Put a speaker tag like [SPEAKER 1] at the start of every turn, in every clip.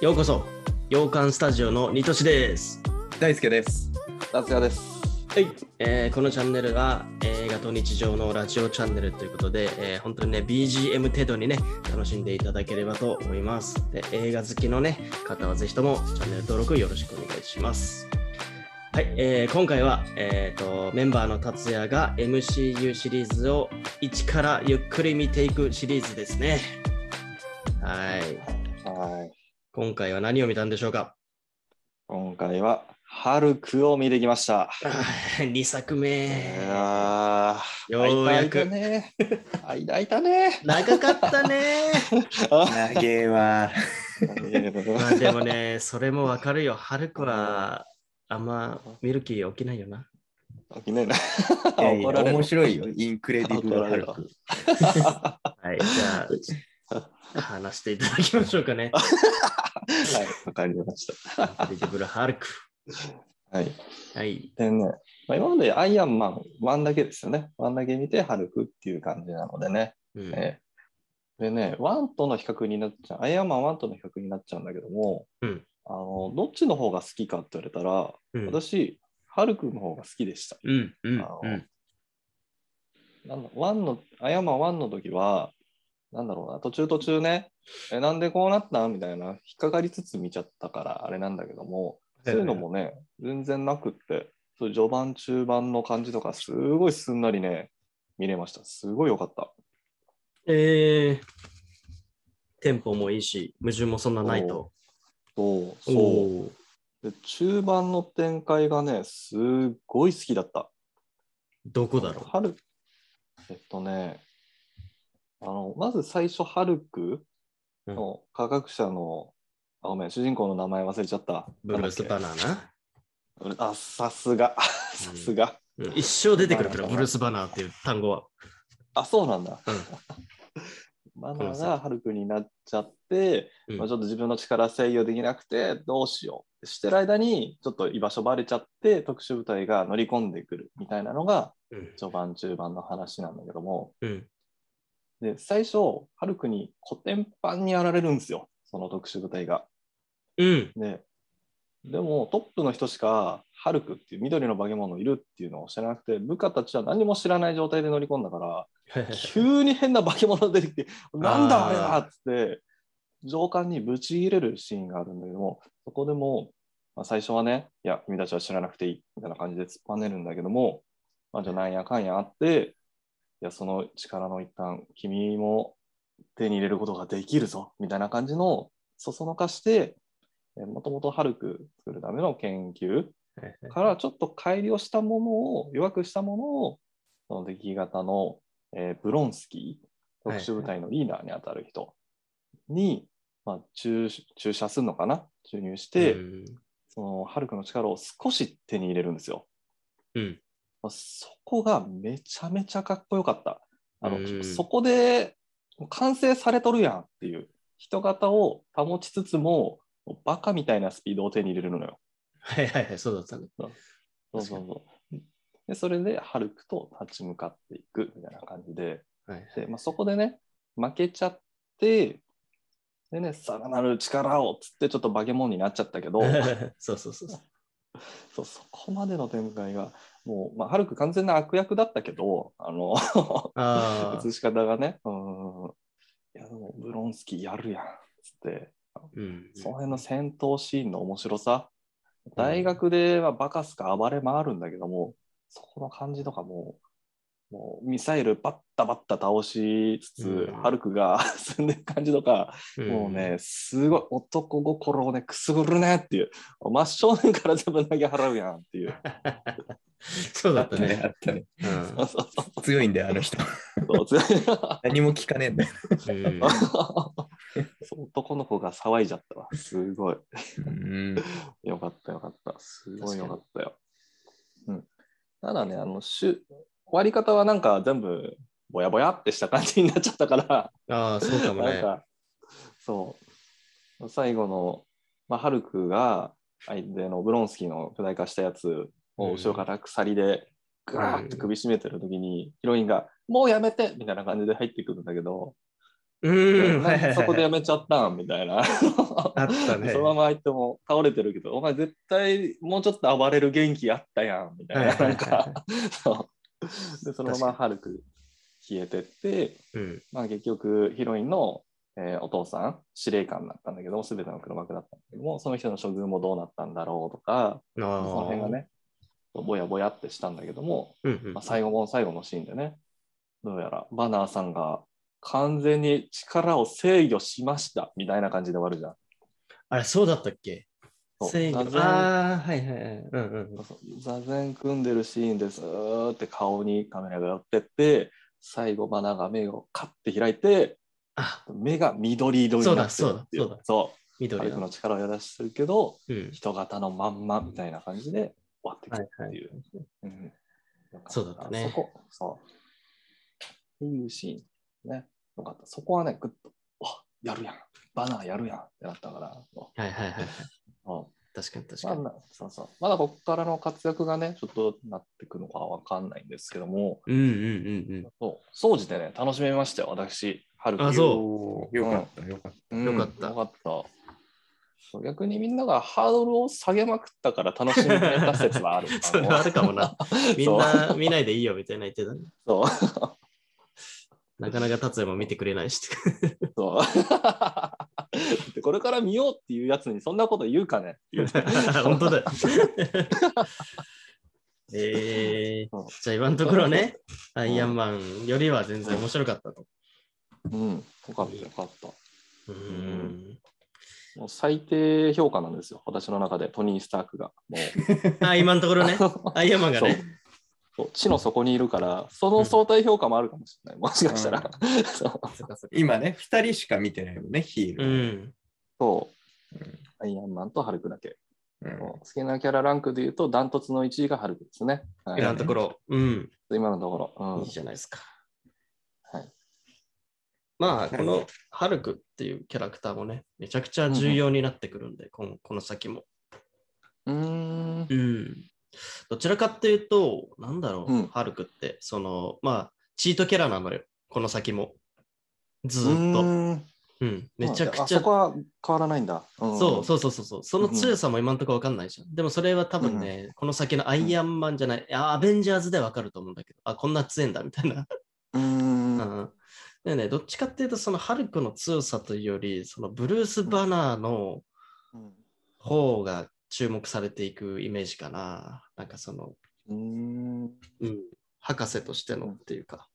[SPEAKER 1] ようこそ洋館スタジオのニトシです、
[SPEAKER 2] 大輔です。
[SPEAKER 3] 達也です。
[SPEAKER 1] はいえーこのチャンネルは映画と日常のラジオチャンネルということで、えー本当にね BGM 程度にね楽しんでいただければと思いますで映画好きのね方はぜひともチャンネル登録よろしくお願いしますはい、えー今回は、えー、とメンバーの達也が MCU シリーズを一からゆっくり見ていくシリーズですねはい
[SPEAKER 3] はい。
[SPEAKER 1] 今回は何を見たんでしょうか
[SPEAKER 3] 今回は、ハルクを見てきました。
[SPEAKER 1] 2作
[SPEAKER 3] い
[SPEAKER 1] 目
[SPEAKER 3] やー
[SPEAKER 1] ようやく
[SPEAKER 3] 間空いたね。間空いたね。
[SPEAKER 1] 長かったね
[SPEAKER 2] 長え わ。
[SPEAKER 1] まあでもねそれもわかるよハルクはあんまミルキー起きないよ な
[SPEAKER 3] 起きねえな。
[SPEAKER 2] いやいや
[SPEAKER 3] 怒られる
[SPEAKER 2] 面白いよ。インクレディブルハル
[SPEAKER 3] 怒ら
[SPEAKER 2] ク。
[SPEAKER 1] はいじゃあ話していただきましょうかね
[SPEAKER 3] はい、わかりました。
[SPEAKER 1] インクレディブルハルク
[SPEAKER 3] はい。
[SPEAKER 1] はい
[SPEAKER 3] でね、まあ、今までアイアンマン、ワンだけですよね。ワンだけ見て、ハルクっていう感じなのでね。
[SPEAKER 1] うん
[SPEAKER 3] ねでね、ワンとの比較になっちゃう、アイアンマンワンとの比較になっちゃうんだけども、
[SPEAKER 1] うん
[SPEAKER 3] あのどっちの方が好きかって言われたら、
[SPEAKER 1] うん
[SPEAKER 3] 私、ハルクの方が好きでした。
[SPEAKER 1] うんうん
[SPEAKER 3] あの
[SPEAKER 1] うん
[SPEAKER 3] なんだワンの、アヤマ1の時は、なんだろうな、途中途中ね、え、なんでこうなったみたいな、引っかかりつつ見ちゃったから、あれなんだけども、そういうのもね、全然なくって、そういう序盤、中盤の感じとか、すごいすんなりね、見れました。すごい良かった。
[SPEAKER 1] えー、テンポもいいし矛盾もそんなないと
[SPEAKER 3] そう、そ
[SPEAKER 1] おー
[SPEAKER 3] う。で、中盤の展開がね、すごい好きだった。
[SPEAKER 1] どこだろ
[SPEAKER 3] ハルえっとね、あの、まず最初、ハルクの科学者の、あ、ごめん、主人公の名前忘れちゃっ
[SPEAKER 1] う
[SPEAKER 3] た。
[SPEAKER 1] ブルース・
[SPEAKER 3] な
[SPEAKER 1] バ
[SPEAKER 3] んだっ
[SPEAKER 1] ナーな、
[SPEAKER 3] けあ、さすが。さすが。
[SPEAKER 1] うん一生出てくるから
[SPEAKER 3] バナー
[SPEAKER 1] ブルース・バナーっていう単語は
[SPEAKER 3] あ、そうなんだ。
[SPEAKER 1] うん
[SPEAKER 3] マ
[SPEAKER 1] ごめん
[SPEAKER 3] ナ
[SPEAKER 1] な
[SPEAKER 3] ー
[SPEAKER 1] さい
[SPEAKER 3] がハルクになっちゃって、
[SPEAKER 1] うん
[SPEAKER 3] まあ、ちょっと自分の力制御できなくて、どうしようってしてる間に、ちょっと居場所バレちゃって、特殊部隊が乗り込んでくるみたいなのが、
[SPEAKER 1] うん
[SPEAKER 3] 序盤、中盤の話なんだけども、
[SPEAKER 1] うん
[SPEAKER 3] で、最初、ハルクに古典版にやられるんですよ、その特殊部隊が。
[SPEAKER 1] うん
[SPEAKER 3] で、でもトップの人しか、ハルクっていう緑の化け物いるっていうのを知らなくて、部下たちは何も知らない状態で乗り込んだから、急に変な化け物出てきて、なんだあれはっつって、上官にぶち入れるシーンがあるんだけども、そこでも、まあ、最初はね、いや、君たちは知らなくていいみたいな感じで突っぱねるんだけども、まあ、じゃあなんやかんやあって、いや、その力の一端、君も手に入れることができるぞみたいな感じの、そそのかして、もともとハルク作るための研究からちょっと改良したものを、弱くしたものを、その出来型の、えーブロンスキー、特殊部隊のリーダーに当たる人に、まあ、注注射するのかな注入して、
[SPEAKER 1] うん
[SPEAKER 3] そのハルクの力を少し手に入れるんですよ。
[SPEAKER 1] うん
[SPEAKER 3] まあそこがめちゃめちゃかっこよかった。あの
[SPEAKER 1] うん
[SPEAKER 3] そこで完成されとるやんっていう人型を保ちつつももうバカみたいなスピードを手に入れるのよ。
[SPEAKER 1] はいはいはいそうだったね
[SPEAKER 3] そうそうそうでそれでハルクと立ち向かっていくみたいな感じで
[SPEAKER 1] はい
[SPEAKER 3] で、まあ、そこでね負けちゃってでねさらなる力をっつってちょっと化け物になっちゃっ たけど
[SPEAKER 1] そうそうそうそう。
[SPEAKER 3] そうそこまでの展開がもう、まあ、ハルク完全な悪役だったけどあの
[SPEAKER 1] ああ
[SPEAKER 3] 映、し方がねうんいやでもブロンスキーやるやんっつって
[SPEAKER 1] うん、
[SPEAKER 3] その辺の戦闘シーンの面白さ、大学ではバカすか暴れ回るんだけども、そこの感じとかも、もうミサイルバッタバッタ倒しつつ、
[SPEAKER 1] うん
[SPEAKER 3] ハルクが 進んでる感じとか、もうね、すごい男心をね、くすぐるねっていう、真正面から全部投げ払うやんっていう。
[SPEAKER 1] そうだった
[SPEAKER 2] ねあ
[SPEAKER 1] ね。
[SPEAKER 2] ったね
[SPEAKER 1] うん
[SPEAKER 3] そうそうそ
[SPEAKER 2] 強いんだよ、あの 人。
[SPEAKER 3] うそう
[SPEAKER 2] 何も聞かねえんだよ。
[SPEAKER 1] うん
[SPEAKER 3] そう男の子が騒いじゃったわ。すごい。
[SPEAKER 2] うん。
[SPEAKER 3] よかったよかった。すご
[SPEAKER 1] 確
[SPEAKER 3] い
[SPEAKER 1] か
[SPEAKER 3] よ
[SPEAKER 1] に
[SPEAKER 3] かったよ。うん、ただね、あの、しゅ終わり方はなんか全部、ぼやぼやってした感じになっちゃったから、
[SPEAKER 1] ああ、そうかも
[SPEAKER 3] なん
[SPEAKER 1] ね。
[SPEAKER 3] か、そう、最後の、まあ、ハルクが相手のブロンスキーの巨大化したやつを後ろから鎖でガーッと首絞めてる時に、ヒロインが、もうやめてみたいな感じで入ってくるんだけど、
[SPEAKER 1] う
[SPEAKER 3] なんか
[SPEAKER 1] ん。
[SPEAKER 3] そこでやめちゃったんみたいな。
[SPEAKER 1] あったね
[SPEAKER 3] そ。のまま入っても倒れてるけど、お前絶対もうちょっと暴れる元気あったやんみたい
[SPEAKER 1] はい
[SPEAKER 3] な。
[SPEAKER 1] はい
[SPEAKER 3] な
[SPEAKER 1] はい
[SPEAKER 3] んか、そう。で、そのまま軽く消えてって、
[SPEAKER 1] うん。
[SPEAKER 3] まあ結局ヒロインの、えーお父さん、司令官だったんだけども、すべての黒幕だったんだけども、その人の処遇もどうなったんだろうとか、
[SPEAKER 1] あ
[SPEAKER 3] その辺が
[SPEAKER 1] ー
[SPEAKER 3] ね、ぼやぼやってしたんだけども、
[SPEAKER 1] うんうん
[SPEAKER 3] まあ、最後の最後のシーンでね、どうやらバナーさんが完全に力を制御しましたみたいな感じで終わるじゃん。
[SPEAKER 1] あれ、そうだったっけ
[SPEAKER 3] そう
[SPEAKER 1] 制御
[SPEAKER 3] 座禅
[SPEAKER 1] ああ、はいはいはい。うんうん
[SPEAKER 3] そう座禅組んでるシーンですーって顔にカメラが寄ってって最後バナーが目をカッて開いて
[SPEAKER 1] あ、
[SPEAKER 3] 目が緑色になってるってい
[SPEAKER 1] そうだそうだそうだ
[SPEAKER 3] そ
[SPEAKER 1] 緑
[SPEAKER 3] 軽く
[SPEAKER 1] だ。
[SPEAKER 3] の力をやらしてるけど
[SPEAKER 1] うん。
[SPEAKER 3] 人型のまんまみたいな感じで終わってきたっていう、うん
[SPEAKER 1] そうだったね
[SPEAKER 3] そこそうっていうシーンねよかったそこはねグッとあやるやんバナーやるやんってなったから
[SPEAKER 1] はいはいはい。
[SPEAKER 3] うん
[SPEAKER 1] 確かに確
[SPEAKER 3] ま
[SPEAKER 1] か
[SPEAKER 3] あ
[SPEAKER 1] に。
[SPEAKER 3] なそうそうまだここからの活躍がね、ちょっとなってくのかわかんないんですけども、
[SPEAKER 1] うんうんうん
[SPEAKER 3] そう、総じてね、楽しめましたよ、私、春樹
[SPEAKER 1] あ
[SPEAKER 2] そ。
[SPEAKER 1] そう
[SPEAKER 2] よかった、よかった。
[SPEAKER 3] うん
[SPEAKER 1] よかった
[SPEAKER 3] よかった。そう逆にみんながハードルを下げまくったから楽しめた説はある
[SPEAKER 1] うん。 それはあるかもな。みん
[SPEAKER 3] そう
[SPEAKER 1] な見ないでいいよみたいな言ってたね。
[SPEAKER 3] そう
[SPEAKER 1] なかなか達也も見てくれないし。
[SPEAKER 3] そう でこれから見ようっていうやつにそんなこと言うかねっていう
[SPEAKER 1] 本当だよ。え
[SPEAKER 3] そう
[SPEAKER 1] ー、じゃあ今のところね、アイアンマンよりは全然面白かったと。
[SPEAKER 3] うん、よかった、よかった。
[SPEAKER 1] うん
[SPEAKER 3] んもう最低評価なんですよ、私の中で、トニー・スタークが。もう
[SPEAKER 1] あ、今のとこ ろね、アイアンマンがね。
[SPEAKER 3] そう地の底にいるから、その相対評価もあるかもしれない。もしかしたら。
[SPEAKER 1] そ
[SPEAKER 3] そう
[SPEAKER 1] っかそっか
[SPEAKER 2] 今ね、2人しか見てないもんね、ヒー
[SPEAKER 1] う
[SPEAKER 2] ル。
[SPEAKER 1] ん。
[SPEAKER 3] そう。アイアンマンとハルクだけ。
[SPEAKER 2] うん
[SPEAKER 3] そう好きなキャラランクで言うと、ダントツの1位がハルクですね。は
[SPEAKER 1] 今のところ、うん。
[SPEAKER 3] い、今のところ。うん
[SPEAKER 1] いいじゃないですか。
[SPEAKER 3] はい。
[SPEAKER 1] まあ、このハルクっていうキャラクターもね、めちゃくちゃ重要になってくるんで、このこの先も。
[SPEAKER 3] うーん。
[SPEAKER 1] うん。どちらかっていうと、なんだろう、
[SPEAKER 3] うん
[SPEAKER 1] ハルクって、その、まあ、チートキャラなのよ、この先も。ず
[SPEAKER 3] う
[SPEAKER 1] ーっと。
[SPEAKER 3] ーん
[SPEAKER 1] うん。めちゃく
[SPEAKER 3] あ
[SPEAKER 1] ち
[SPEAKER 3] そ
[SPEAKER 1] ゃ
[SPEAKER 3] こ。は変わらないんだ。うん
[SPEAKER 1] そうそうそうそうそう。その強さも今んとこわかんないじゃん。でもそれは多分ね、この先のアイアンマンじゃない、あアベンジャーズでわかると思うんだけど、あ、こんな強いんだみたいな。
[SPEAKER 3] うーん。
[SPEAKER 1] うんでね、どっちかっていうと、そのハルクの強さというより、そのブルース・バナーの方が注目されていくイメージかな。なんかその、
[SPEAKER 3] うん
[SPEAKER 1] 博士としてのっていうか、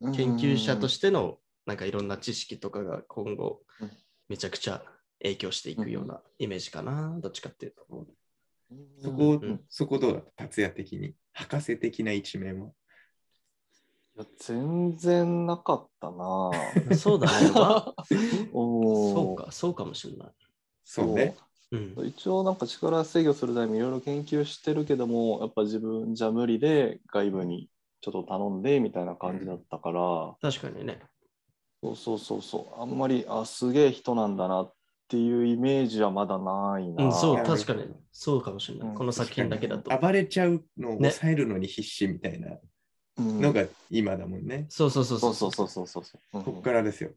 [SPEAKER 3] うん
[SPEAKER 1] 研究者としての、なんかいろんな知識とかが今後
[SPEAKER 3] うん、
[SPEAKER 1] めちゃくちゃ影響していくようなイメージかな。どっちかっていうと。
[SPEAKER 2] そこ、
[SPEAKER 1] ん
[SPEAKER 2] そこどうだった達也的に。博士的な一面も。
[SPEAKER 3] いや全然なかっ たな
[SPEAKER 1] そうだ ね。わそう
[SPEAKER 3] おー
[SPEAKER 1] か、そうかもしれない。
[SPEAKER 2] そうね。
[SPEAKER 1] うん。
[SPEAKER 3] 一応なんか力制御するためにいろいろ研究してるけどもやっぱ自分じゃ無理で外部にちょっと頼んでみたいな感じだったから、
[SPEAKER 1] 確かにね。
[SPEAKER 3] そうそうそうそうあんまりあすげえ人なんだなっていうイメージはまだないな、
[SPEAKER 1] うん、そう、
[SPEAKER 2] あー
[SPEAKER 1] 確かに。そうかもしれな
[SPEAKER 3] う
[SPEAKER 1] い。
[SPEAKER 3] ん
[SPEAKER 1] この作品だけだと。
[SPEAKER 2] 暴れちゃうのを抑えるのに必死みたいな
[SPEAKER 3] うん
[SPEAKER 2] のが今だもんね。
[SPEAKER 1] そうそうそう
[SPEAKER 3] そうそうそうそうそううん
[SPEAKER 2] こっからですよ。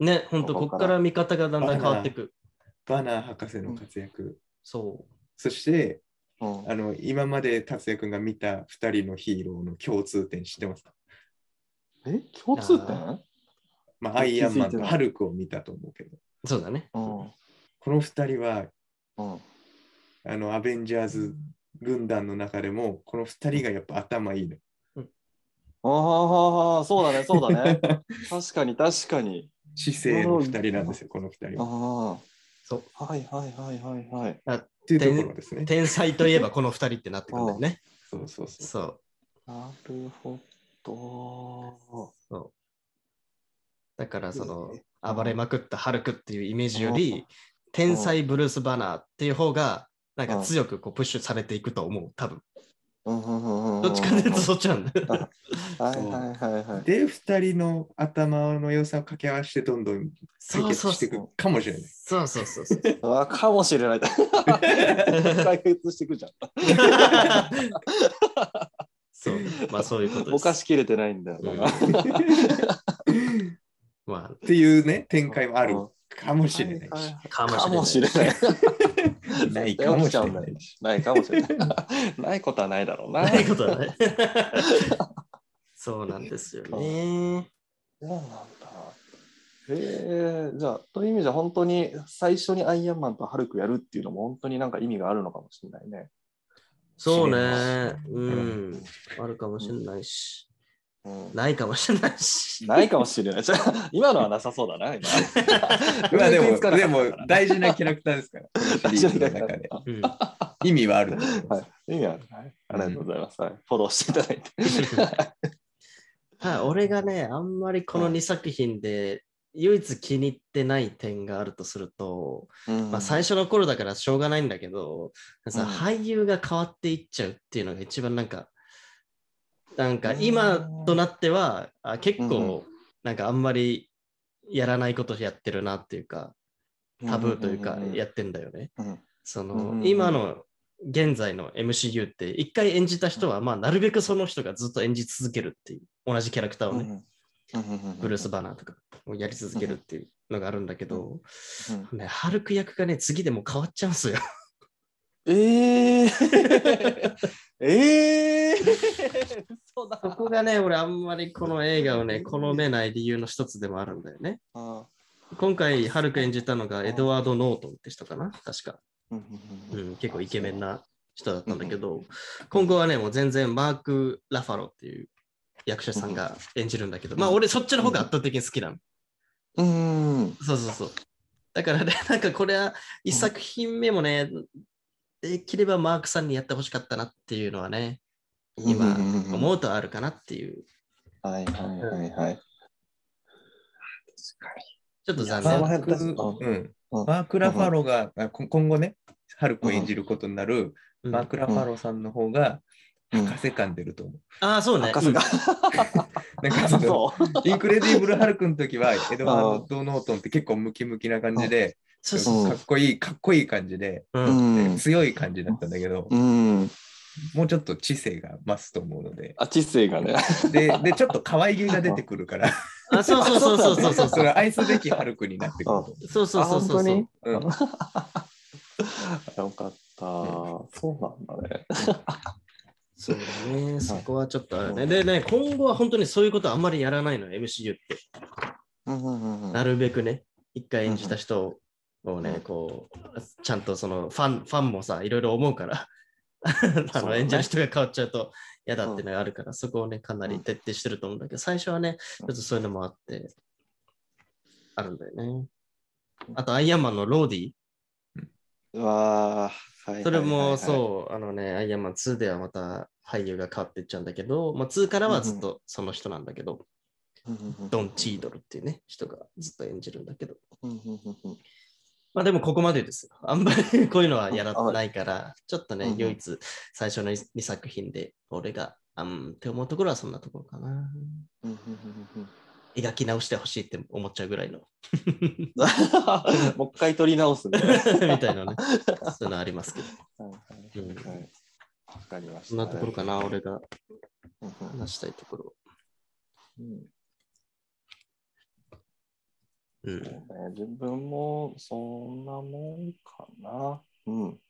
[SPEAKER 1] ね、本当
[SPEAKER 3] こ
[SPEAKER 1] こ
[SPEAKER 3] こ
[SPEAKER 1] こ
[SPEAKER 3] から
[SPEAKER 1] から見方がだんだん変わっていく。
[SPEAKER 2] バナー博士の活躍。
[SPEAKER 1] そ
[SPEAKER 2] そして、
[SPEAKER 3] うん
[SPEAKER 2] あの、今まで達也くんが見た2人のヒーローの共通点知ってますか
[SPEAKER 3] え共通点
[SPEAKER 2] まあ、アイアンマン
[SPEAKER 3] 気づいて
[SPEAKER 2] と
[SPEAKER 3] ない
[SPEAKER 2] ハルクを見たと思うけど、
[SPEAKER 1] う。そうだね。
[SPEAKER 3] うん
[SPEAKER 2] この2人は、
[SPEAKER 3] うん
[SPEAKER 2] あの、アベンジャーズ軍団の中でも、この2人がやっぱ頭いい の。
[SPEAKER 3] ああそうだねそうだ ね確かに確かに
[SPEAKER 2] 姿勢の2人なんですよ、この2人
[SPEAKER 3] あ
[SPEAKER 2] は。
[SPEAKER 3] あ
[SPEAKER 1] そう
[SPEAKER 3] はいはいはいはいはい
[SPEAKER 2] っていうところですね。
[SPEAKER 1] 天才といえばこの二人ってなってくるんだよね。
[SPEAKER 2] そうそうそう。
[SPEAKER 1] そう
[SPEAKER 3] なるほど
[SPEAKER 1] そう。だからそ
[SPEAKER 3] いい
[SPEAKER 1] の
[SPEAKER 3] ね
[SPEAKER 1] 暴れまくったハルクっていうイメージより、天才ブルース・バナーっていう方がなんか強くこうプッシュされていくと思う、多分。ど
[SPEAKER 3] ど
[SPEAKER 1] っちかというとそっちなんだ。
[SPEAKER 3] はいはいはいはい。
[SPEAKER 2] で、2人の頭の良さを掛け合わせて、どんどん解
[SPEAKER 1] そうそ
[SPEAKER 2] 決
[SPEAKER 1] う
[SPEAKER 2] し
[SPEAKER 1] そ。
[SPEAKER 2] ていうくかも しれない。
[SPEAKER 1] そうそうそうそう。
[SPEAKER 3] あかもし れない。解決していくじゃん。
[SPEAKER 1] そう、まあそういうことです。
[SPEAKER 3] ぼかしきれてないんだよ
[SPEAKER 1] うん
[SPEAKER 3] な。
[SPEAKER 1] まあ、
[SPEAKER 2] ていうね、展開もあるかもしれない
[SPEAKER 3] はいはい
[SPEAKER 2] し
[SPEAKER 3] は。い
[SPEAKER 1] か
[SPEAKER 3] か
[SPEAKER 1] も
[SPEAKER 3] も
[SPEAKER 1] し
[SPEAKER 3] し
[SPEAKER 1] れ
[SPEAKER 3] れ
[SPEAKER 1] ない。
[SPEAKER 3] ない。
[SPEAKER 2] ないかもしれ
[SPEAKER 3] 絶対起きちゃうんだ
[SPEAKER 2] な
[SPEAKER 3] よ
[SPEAKER 2] い。
[SPEAKER 3] ないかもしれない。ないことはないだろうな。
[SPEAKER 1] ないことはね。そうなんですよね。
[SPEAKER 3] そうなんだ。へえじゃあ、という意味じゃ、本当に最初にアイアンマンとハルクやるっていうのも、本当になんか意味があるのかもしれないね。
[SPEAKER 1] そう
[SPEAKER 2] 知れ
[SPEAKER 1] ね。う
[SPEAKER 3] うんん。
[SPEAKER 1] あるかもしれないし、
[SPEAKER 3] うん
[SPEAKER 1] ないかもしれないし。
[SPEAKER 3] ないかもしれない。じゃあ今のはなさそうだな、今。
[SPEAKER 2] まあで
[SPEAKER 3] 全然
[SPEAKER 2] も、
[SPEAKER 3] つかな
[SPEAKER 2] で
[SPEAKER 3] かった
[SPEAKER 2] も
[SPEAKER 3] から
[SPEAKER 2] 大事なキャラクターですから。
[SPEAKER 3] 大
[SPEAKER 2] シ
[SPEAKER 3] 丈
[SPEAKER 2] リーズの
[SPEAKER 3] 夫だから
[SPEAKER 2] 中で。
[SPEAKER 1] うん
[SPEAKER 2] 意味はあると思います。
[SPEAKER 3] はい。 意味ある。はいありがとうございます。はい。フォローしていただいて。
[SPEAKER 1] はい、俺がね、あんまりこの2作品で唯一気に入ってない点があるとすると、まあ、最初の頃だからしょうがないんだけど、さ
[SPEAKER 3] うん
[SPEAKER 1] 俳優が変わっていっちゃうっていうのが一番なんか、なんか今となっては、あ結構なんかあんまりやらないことやってるなっていうか、タブーというかやってんだよね。
[SPEAKER 3] うん
[SPEAKER 1] そ
[SPEAKER 3] うんうん
[SPEAKER 1] の
[SPEAKER 3] うん
[SPEAKER 1] 今の現在の MCU って一回演じた人はまあなるべくその人がずっと演じ続けるっていう同じキャラクターをね、ブルース・バナーとかをやり続けるっていうのがあるんだけど、
[SPEAKER 3] うん
[SPEAKER 1] ね、ハルク役がね、次でもう変わっちゃうんすよ。
[SPEAKER 3] ええー、ええー、嘘だ
[SPEAKER 1] そこがね、俺あんまりこの映画をね、好めない理由の一つでもあるんだよね。
[SPEAKER 3] あ
[SPEAKER 1] 今回、ハルク演じたのがエドワード・ノートンって人かな確か。
[SPEAKER 3] ー
[SPEAKER 1] う
[SPEAKER 3] うん
[SPEAKER 1] ん、結構イケメンな人だったんだけど、今後はね、もう全然マーク・ラファロっていう役者さんが演じるんだけど、まあ俺そっちの方が圧倒的に好きなの。
[SPEAKER 3] うんうん
[SPEAKER 1] そうそうそう。だからね、 なんかこれは一作品目もね、できればマークさんにやってほしかったなっていうのはね、今
[SPEAKER 3] うんうんうん
[SPEAKER 1] 思うとあるかなっていう、
[SPEAKER 3] はいはいはいはい。
[SPEAKER 1] ちょっと残
[SPEAKER 2] マ
[SPEAKER 1] 念。
[SPEAKER 2] ーク
[SPEAKER 3] うん
[SPEAKER 2] うん
[SPEAKER 3] うん
[SPEAKER 2] マーク・ラファロが、あこ今後ね、ハルクを演じることになる
[SPEAKER 1] うん
[SPEAKER 2] マーク・ラファロさんの方が
[SPEAKER 3] うん
[SPEAKER 2] 博士感出ると思う。
[SPEAKER 1] ああ、そうね。
[SPEAKER 3] 博士が。
[SPEAKER 2] なんかその
[SPEAKER 3] そう。
[SPEAKER 2] インクレディブル・ハルクの時は、エドワード・ノートンって結構ムキムキな感じで、
[SPEAKER 1] そう
[SPEAKER 3] そう
[SPEAKER 2] かっこいい、かっこいい感じで、
[SPEAKER 1] うん
[SPEAKER 3] うん。
[SPEAKER 2] 強い感じだったんだけど、
[SPEAKER 3] うん。
[SPEAKER 2] もうちょっと知性が増すと思うので、
[SPEAKER 3] あ、知性がね。
[SPEAKER 2] で、でちょっと可愛げが出てくるから、
[SPEAKER 1] あそうそうそうそうそうそう。
[SPEAKER 2] それ愛すべきハルクになってくると
[SPEAKER 1] そうそう
[SPEAKER 3] あ
[SPEAKER 1] そう
[SPEAKER 3] 本
[SPEAKER 1] そ
[SPEAKER 3] 当
[SPEAKER 1] う
[SPEAKER 3] に
[SPEAKER 2] 思う。うん
[SPEAKER 3] よかった。そうなんだね。
[SPEAKER 1] そうだね。そこはちょっとあるね。でね、今後は本当にそういうことあんまりやらないの、MCU って。
[SPEAKER 3] うんうんうん
[SPEAKER 1] なるべくね、一回演じた人を
[SPEAKER 3] う
[SPEAKER 1] ね
[SPEAKER 3] ん、
[SPEAKER 1] こう、ちゃんとそのファン、ファンもさ、いろいろ思うから、あ
[SPEAKER 3] そう
[SPEAKER 1] の
[SPEAKER 3] だね
[SPEAKER 1] 演じる人が変わっちゃうと嫌だっていうのがあるから、そこをね、かなり徹底してると思うんだけど、最初はね、ちょっとそういうのもあって、あるんだよね。あと、アイアンマンのローディ、
[SPEAKER 3] うわーはいはいはいはい
[SPEAKER 1] それもそう、あのね、アイアンマン2ではまた俳優が変わっていっちゃうんだけど、まあ、2からはずっとその人なんだけど、
[SPEAKER 3] うんうんうん
[SPEAKER 1] ドン・チードルっていうね、人がずっと演じるんだけど、
[SPEAKER 3] うんうんうんうん
[SPEAKER 1] まあでもここまでですよ。あんまり こういうのはやらないから、ちょっと
[SPEAKER 3] うん
[SPEAKER 1] ね
[SPEAKER 3] う、ん
[SPEAKER 1] 唯一最初の2作品で俺が、うん、って思うところはそんなところかな。
[SPEAKER 3] うんうんうんうん
[SPEAKER 1] 描き直してほしいって思っちゃうぐらいの、
[SPEAKER 3] もう一回取り直すね。
[SPEAKER 1] みたいなね、そういうのありますけど。
[SPEAKER 3] はいはいはいはいわかりました。
[SPEAKER 1] そんなところかな、俺が
[SPEAKER 3] うんうん
[SPEAKER 1] 話したいところ。うん。
[SPEAKER 3] そうね自分もそんなもんかな。うん。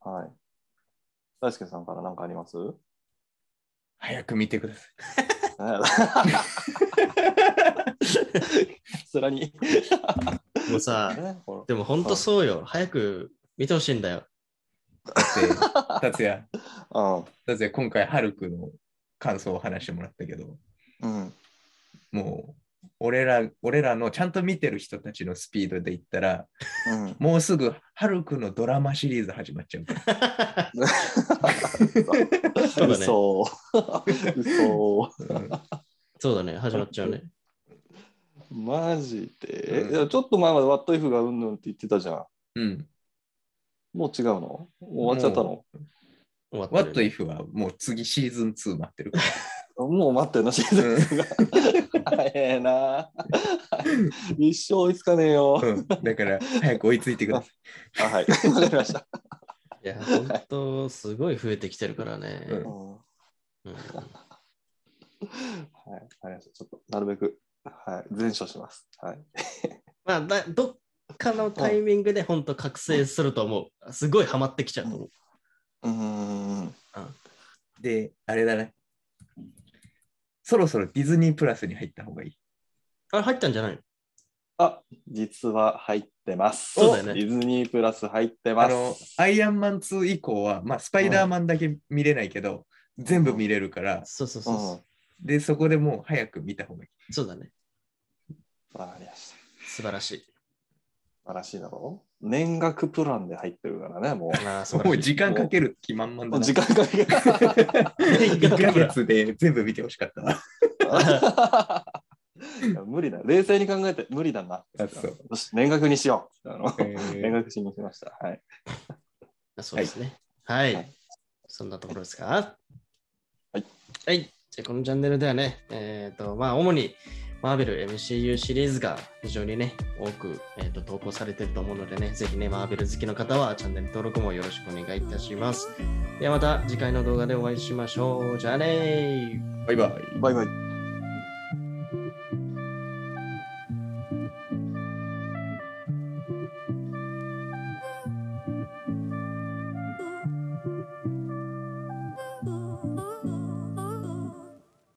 [SPEAKER 3] はい。大輔さんから何かあります
[SPEAKER 2] 早く見てください。
[SPEAKER 3] さらに。
[SPEAKER 1] もうさ、
[SPEAKER 3] ねほら
[SPEAKER 1] でも本当そうよ。早く見てほしいんだよ。
[SPEAKER 2] だって、達也、
[SPEAKER 3] あ
[SPEAKER 2] 達也、今回、ハルクの感想を話してもらったけど、
[SPEAKER 3] うん。
[SPEAKER 2] もう、俺ら、俺らのちゃんと見てる人たちのスピードで言ったら、
[SPEAKER 3] うん。
[SPEAKER 2] もうすぐ、ハルクのドラマシリーズ始まっちゃうから。
[SPEAKER 1] そうだね
[SPEAKER 3] 嘘。 嘘。
[SPEAKER 2] うん
[SPEAKER 1] そうだね、始まっちゃうね。
[SPEAKER 3] マジで、
[SPEAKER 2] うん
[SPEAKER 3] いやちょっと前までワットイフがうんぬんって言ってたじゃん。
[SPEAKER 2] うん。
[SPEAKER 3] もう違うのもう終わっちゃったの
[SPEAKER 1] 終わったよ
[SPEAKER 2] What if はもう次シーズン2待ってるか
[SPEAKER 3] もう待ってるな、シーズン2が。早えな。一生追いつかねえよ。
[SPEAKER 2] ら。うん。だから、早く追いついてくださ
[SPEAKER 3] あはい、わかりました。
[SPEAKER 1] いや、本当すごい増えてきてるからね。
[SPEAKER 2] うん
[SPEAKER 3] うん
[SPEAKER 1] うん
[SPEAKER 3] はい、ありがとう。ちょっと、なるべく、はい、全勝します。はい。
[SPEAKER 1] まあ、だどっかのタイミングで本当覚醒すると思う。すごいハマってきちゃうと思う。
[SPEAKER 3] うーん。
[SPEAKER 2] で、あれだね。そろそろディズニープラスに入った方がいい。
[SPEAKER 1] あれ入ったんじゃないの
[SPEAKER 3] あ、実は入ってます。
[SPEAKER 1] そうだよね
[SPEAKER 3] ディズニープラス入って
[SPEAKER 2] あ
[SPEAKER 3] ます。
[SPEAKER 2] の、アイアンマン2以降は、まあ、スパイダーマンだけ見れないけど、全部見れるから、
[SPEAKER 1] そうそうそううそ
[SPEAKER 3] ん
[SPEAKER 1] う。
[SPEAKER 2] で、そこでもう早く見た方がいい。
[SPEAKER 1] そうだね。
[SPEAKER 3] わかりました。素
[SPEAKER 1] 素晴らし い。
[SPEAKER 3] 晴らしいだろう。年額プランで入ってるからね、も
[SPEAKER 1] ああ、素
[SPEAKER 2] も
[SPEAKER 1] 晴
[SPEAKER 2] う
[SPEAKER 1] らしい。
[SPEAKER 2] 時間かける気満々だ
[SPEAKER 3] う。
[SPEAKER 2] な。
[SPEAKER 3] 時間かけが。
[SPEAKER 2] 1ヶ月で全部見てほしかったな。
[SPEAKER 3] いや無理だ。冷静に考えて無理だな。
[SPEAKER 2] あそう
[SPEAKER 3] よし、年額にしよう。あの
[SPEAKER 2] え
[SPEAKER 3] 年
[SPEAKER 2] ー
[SPEAKER 3] 額しにしました。はい。
[SPEAKER 1] そうですね。はい。
[SPEAKER 3] はい
[SPEAKER 1] そんなところですか
[SPEAKER 3] はい。
[SPEAKER 1] はい。じゃあこのチャンネルではね、えっ、と、まあ、主にマーベル MCU シリーズが非常にね、多く、えー、と投稿されてると思うのでね、ぜひね、マーベル好きの方はチャンネル登録もよろしくお願いいたします。ではまた次回の動画でお会いしましょう。じゃあねー。
[SPEAKER 2] バイバイ。
[SPEAKER 3] バイバイ。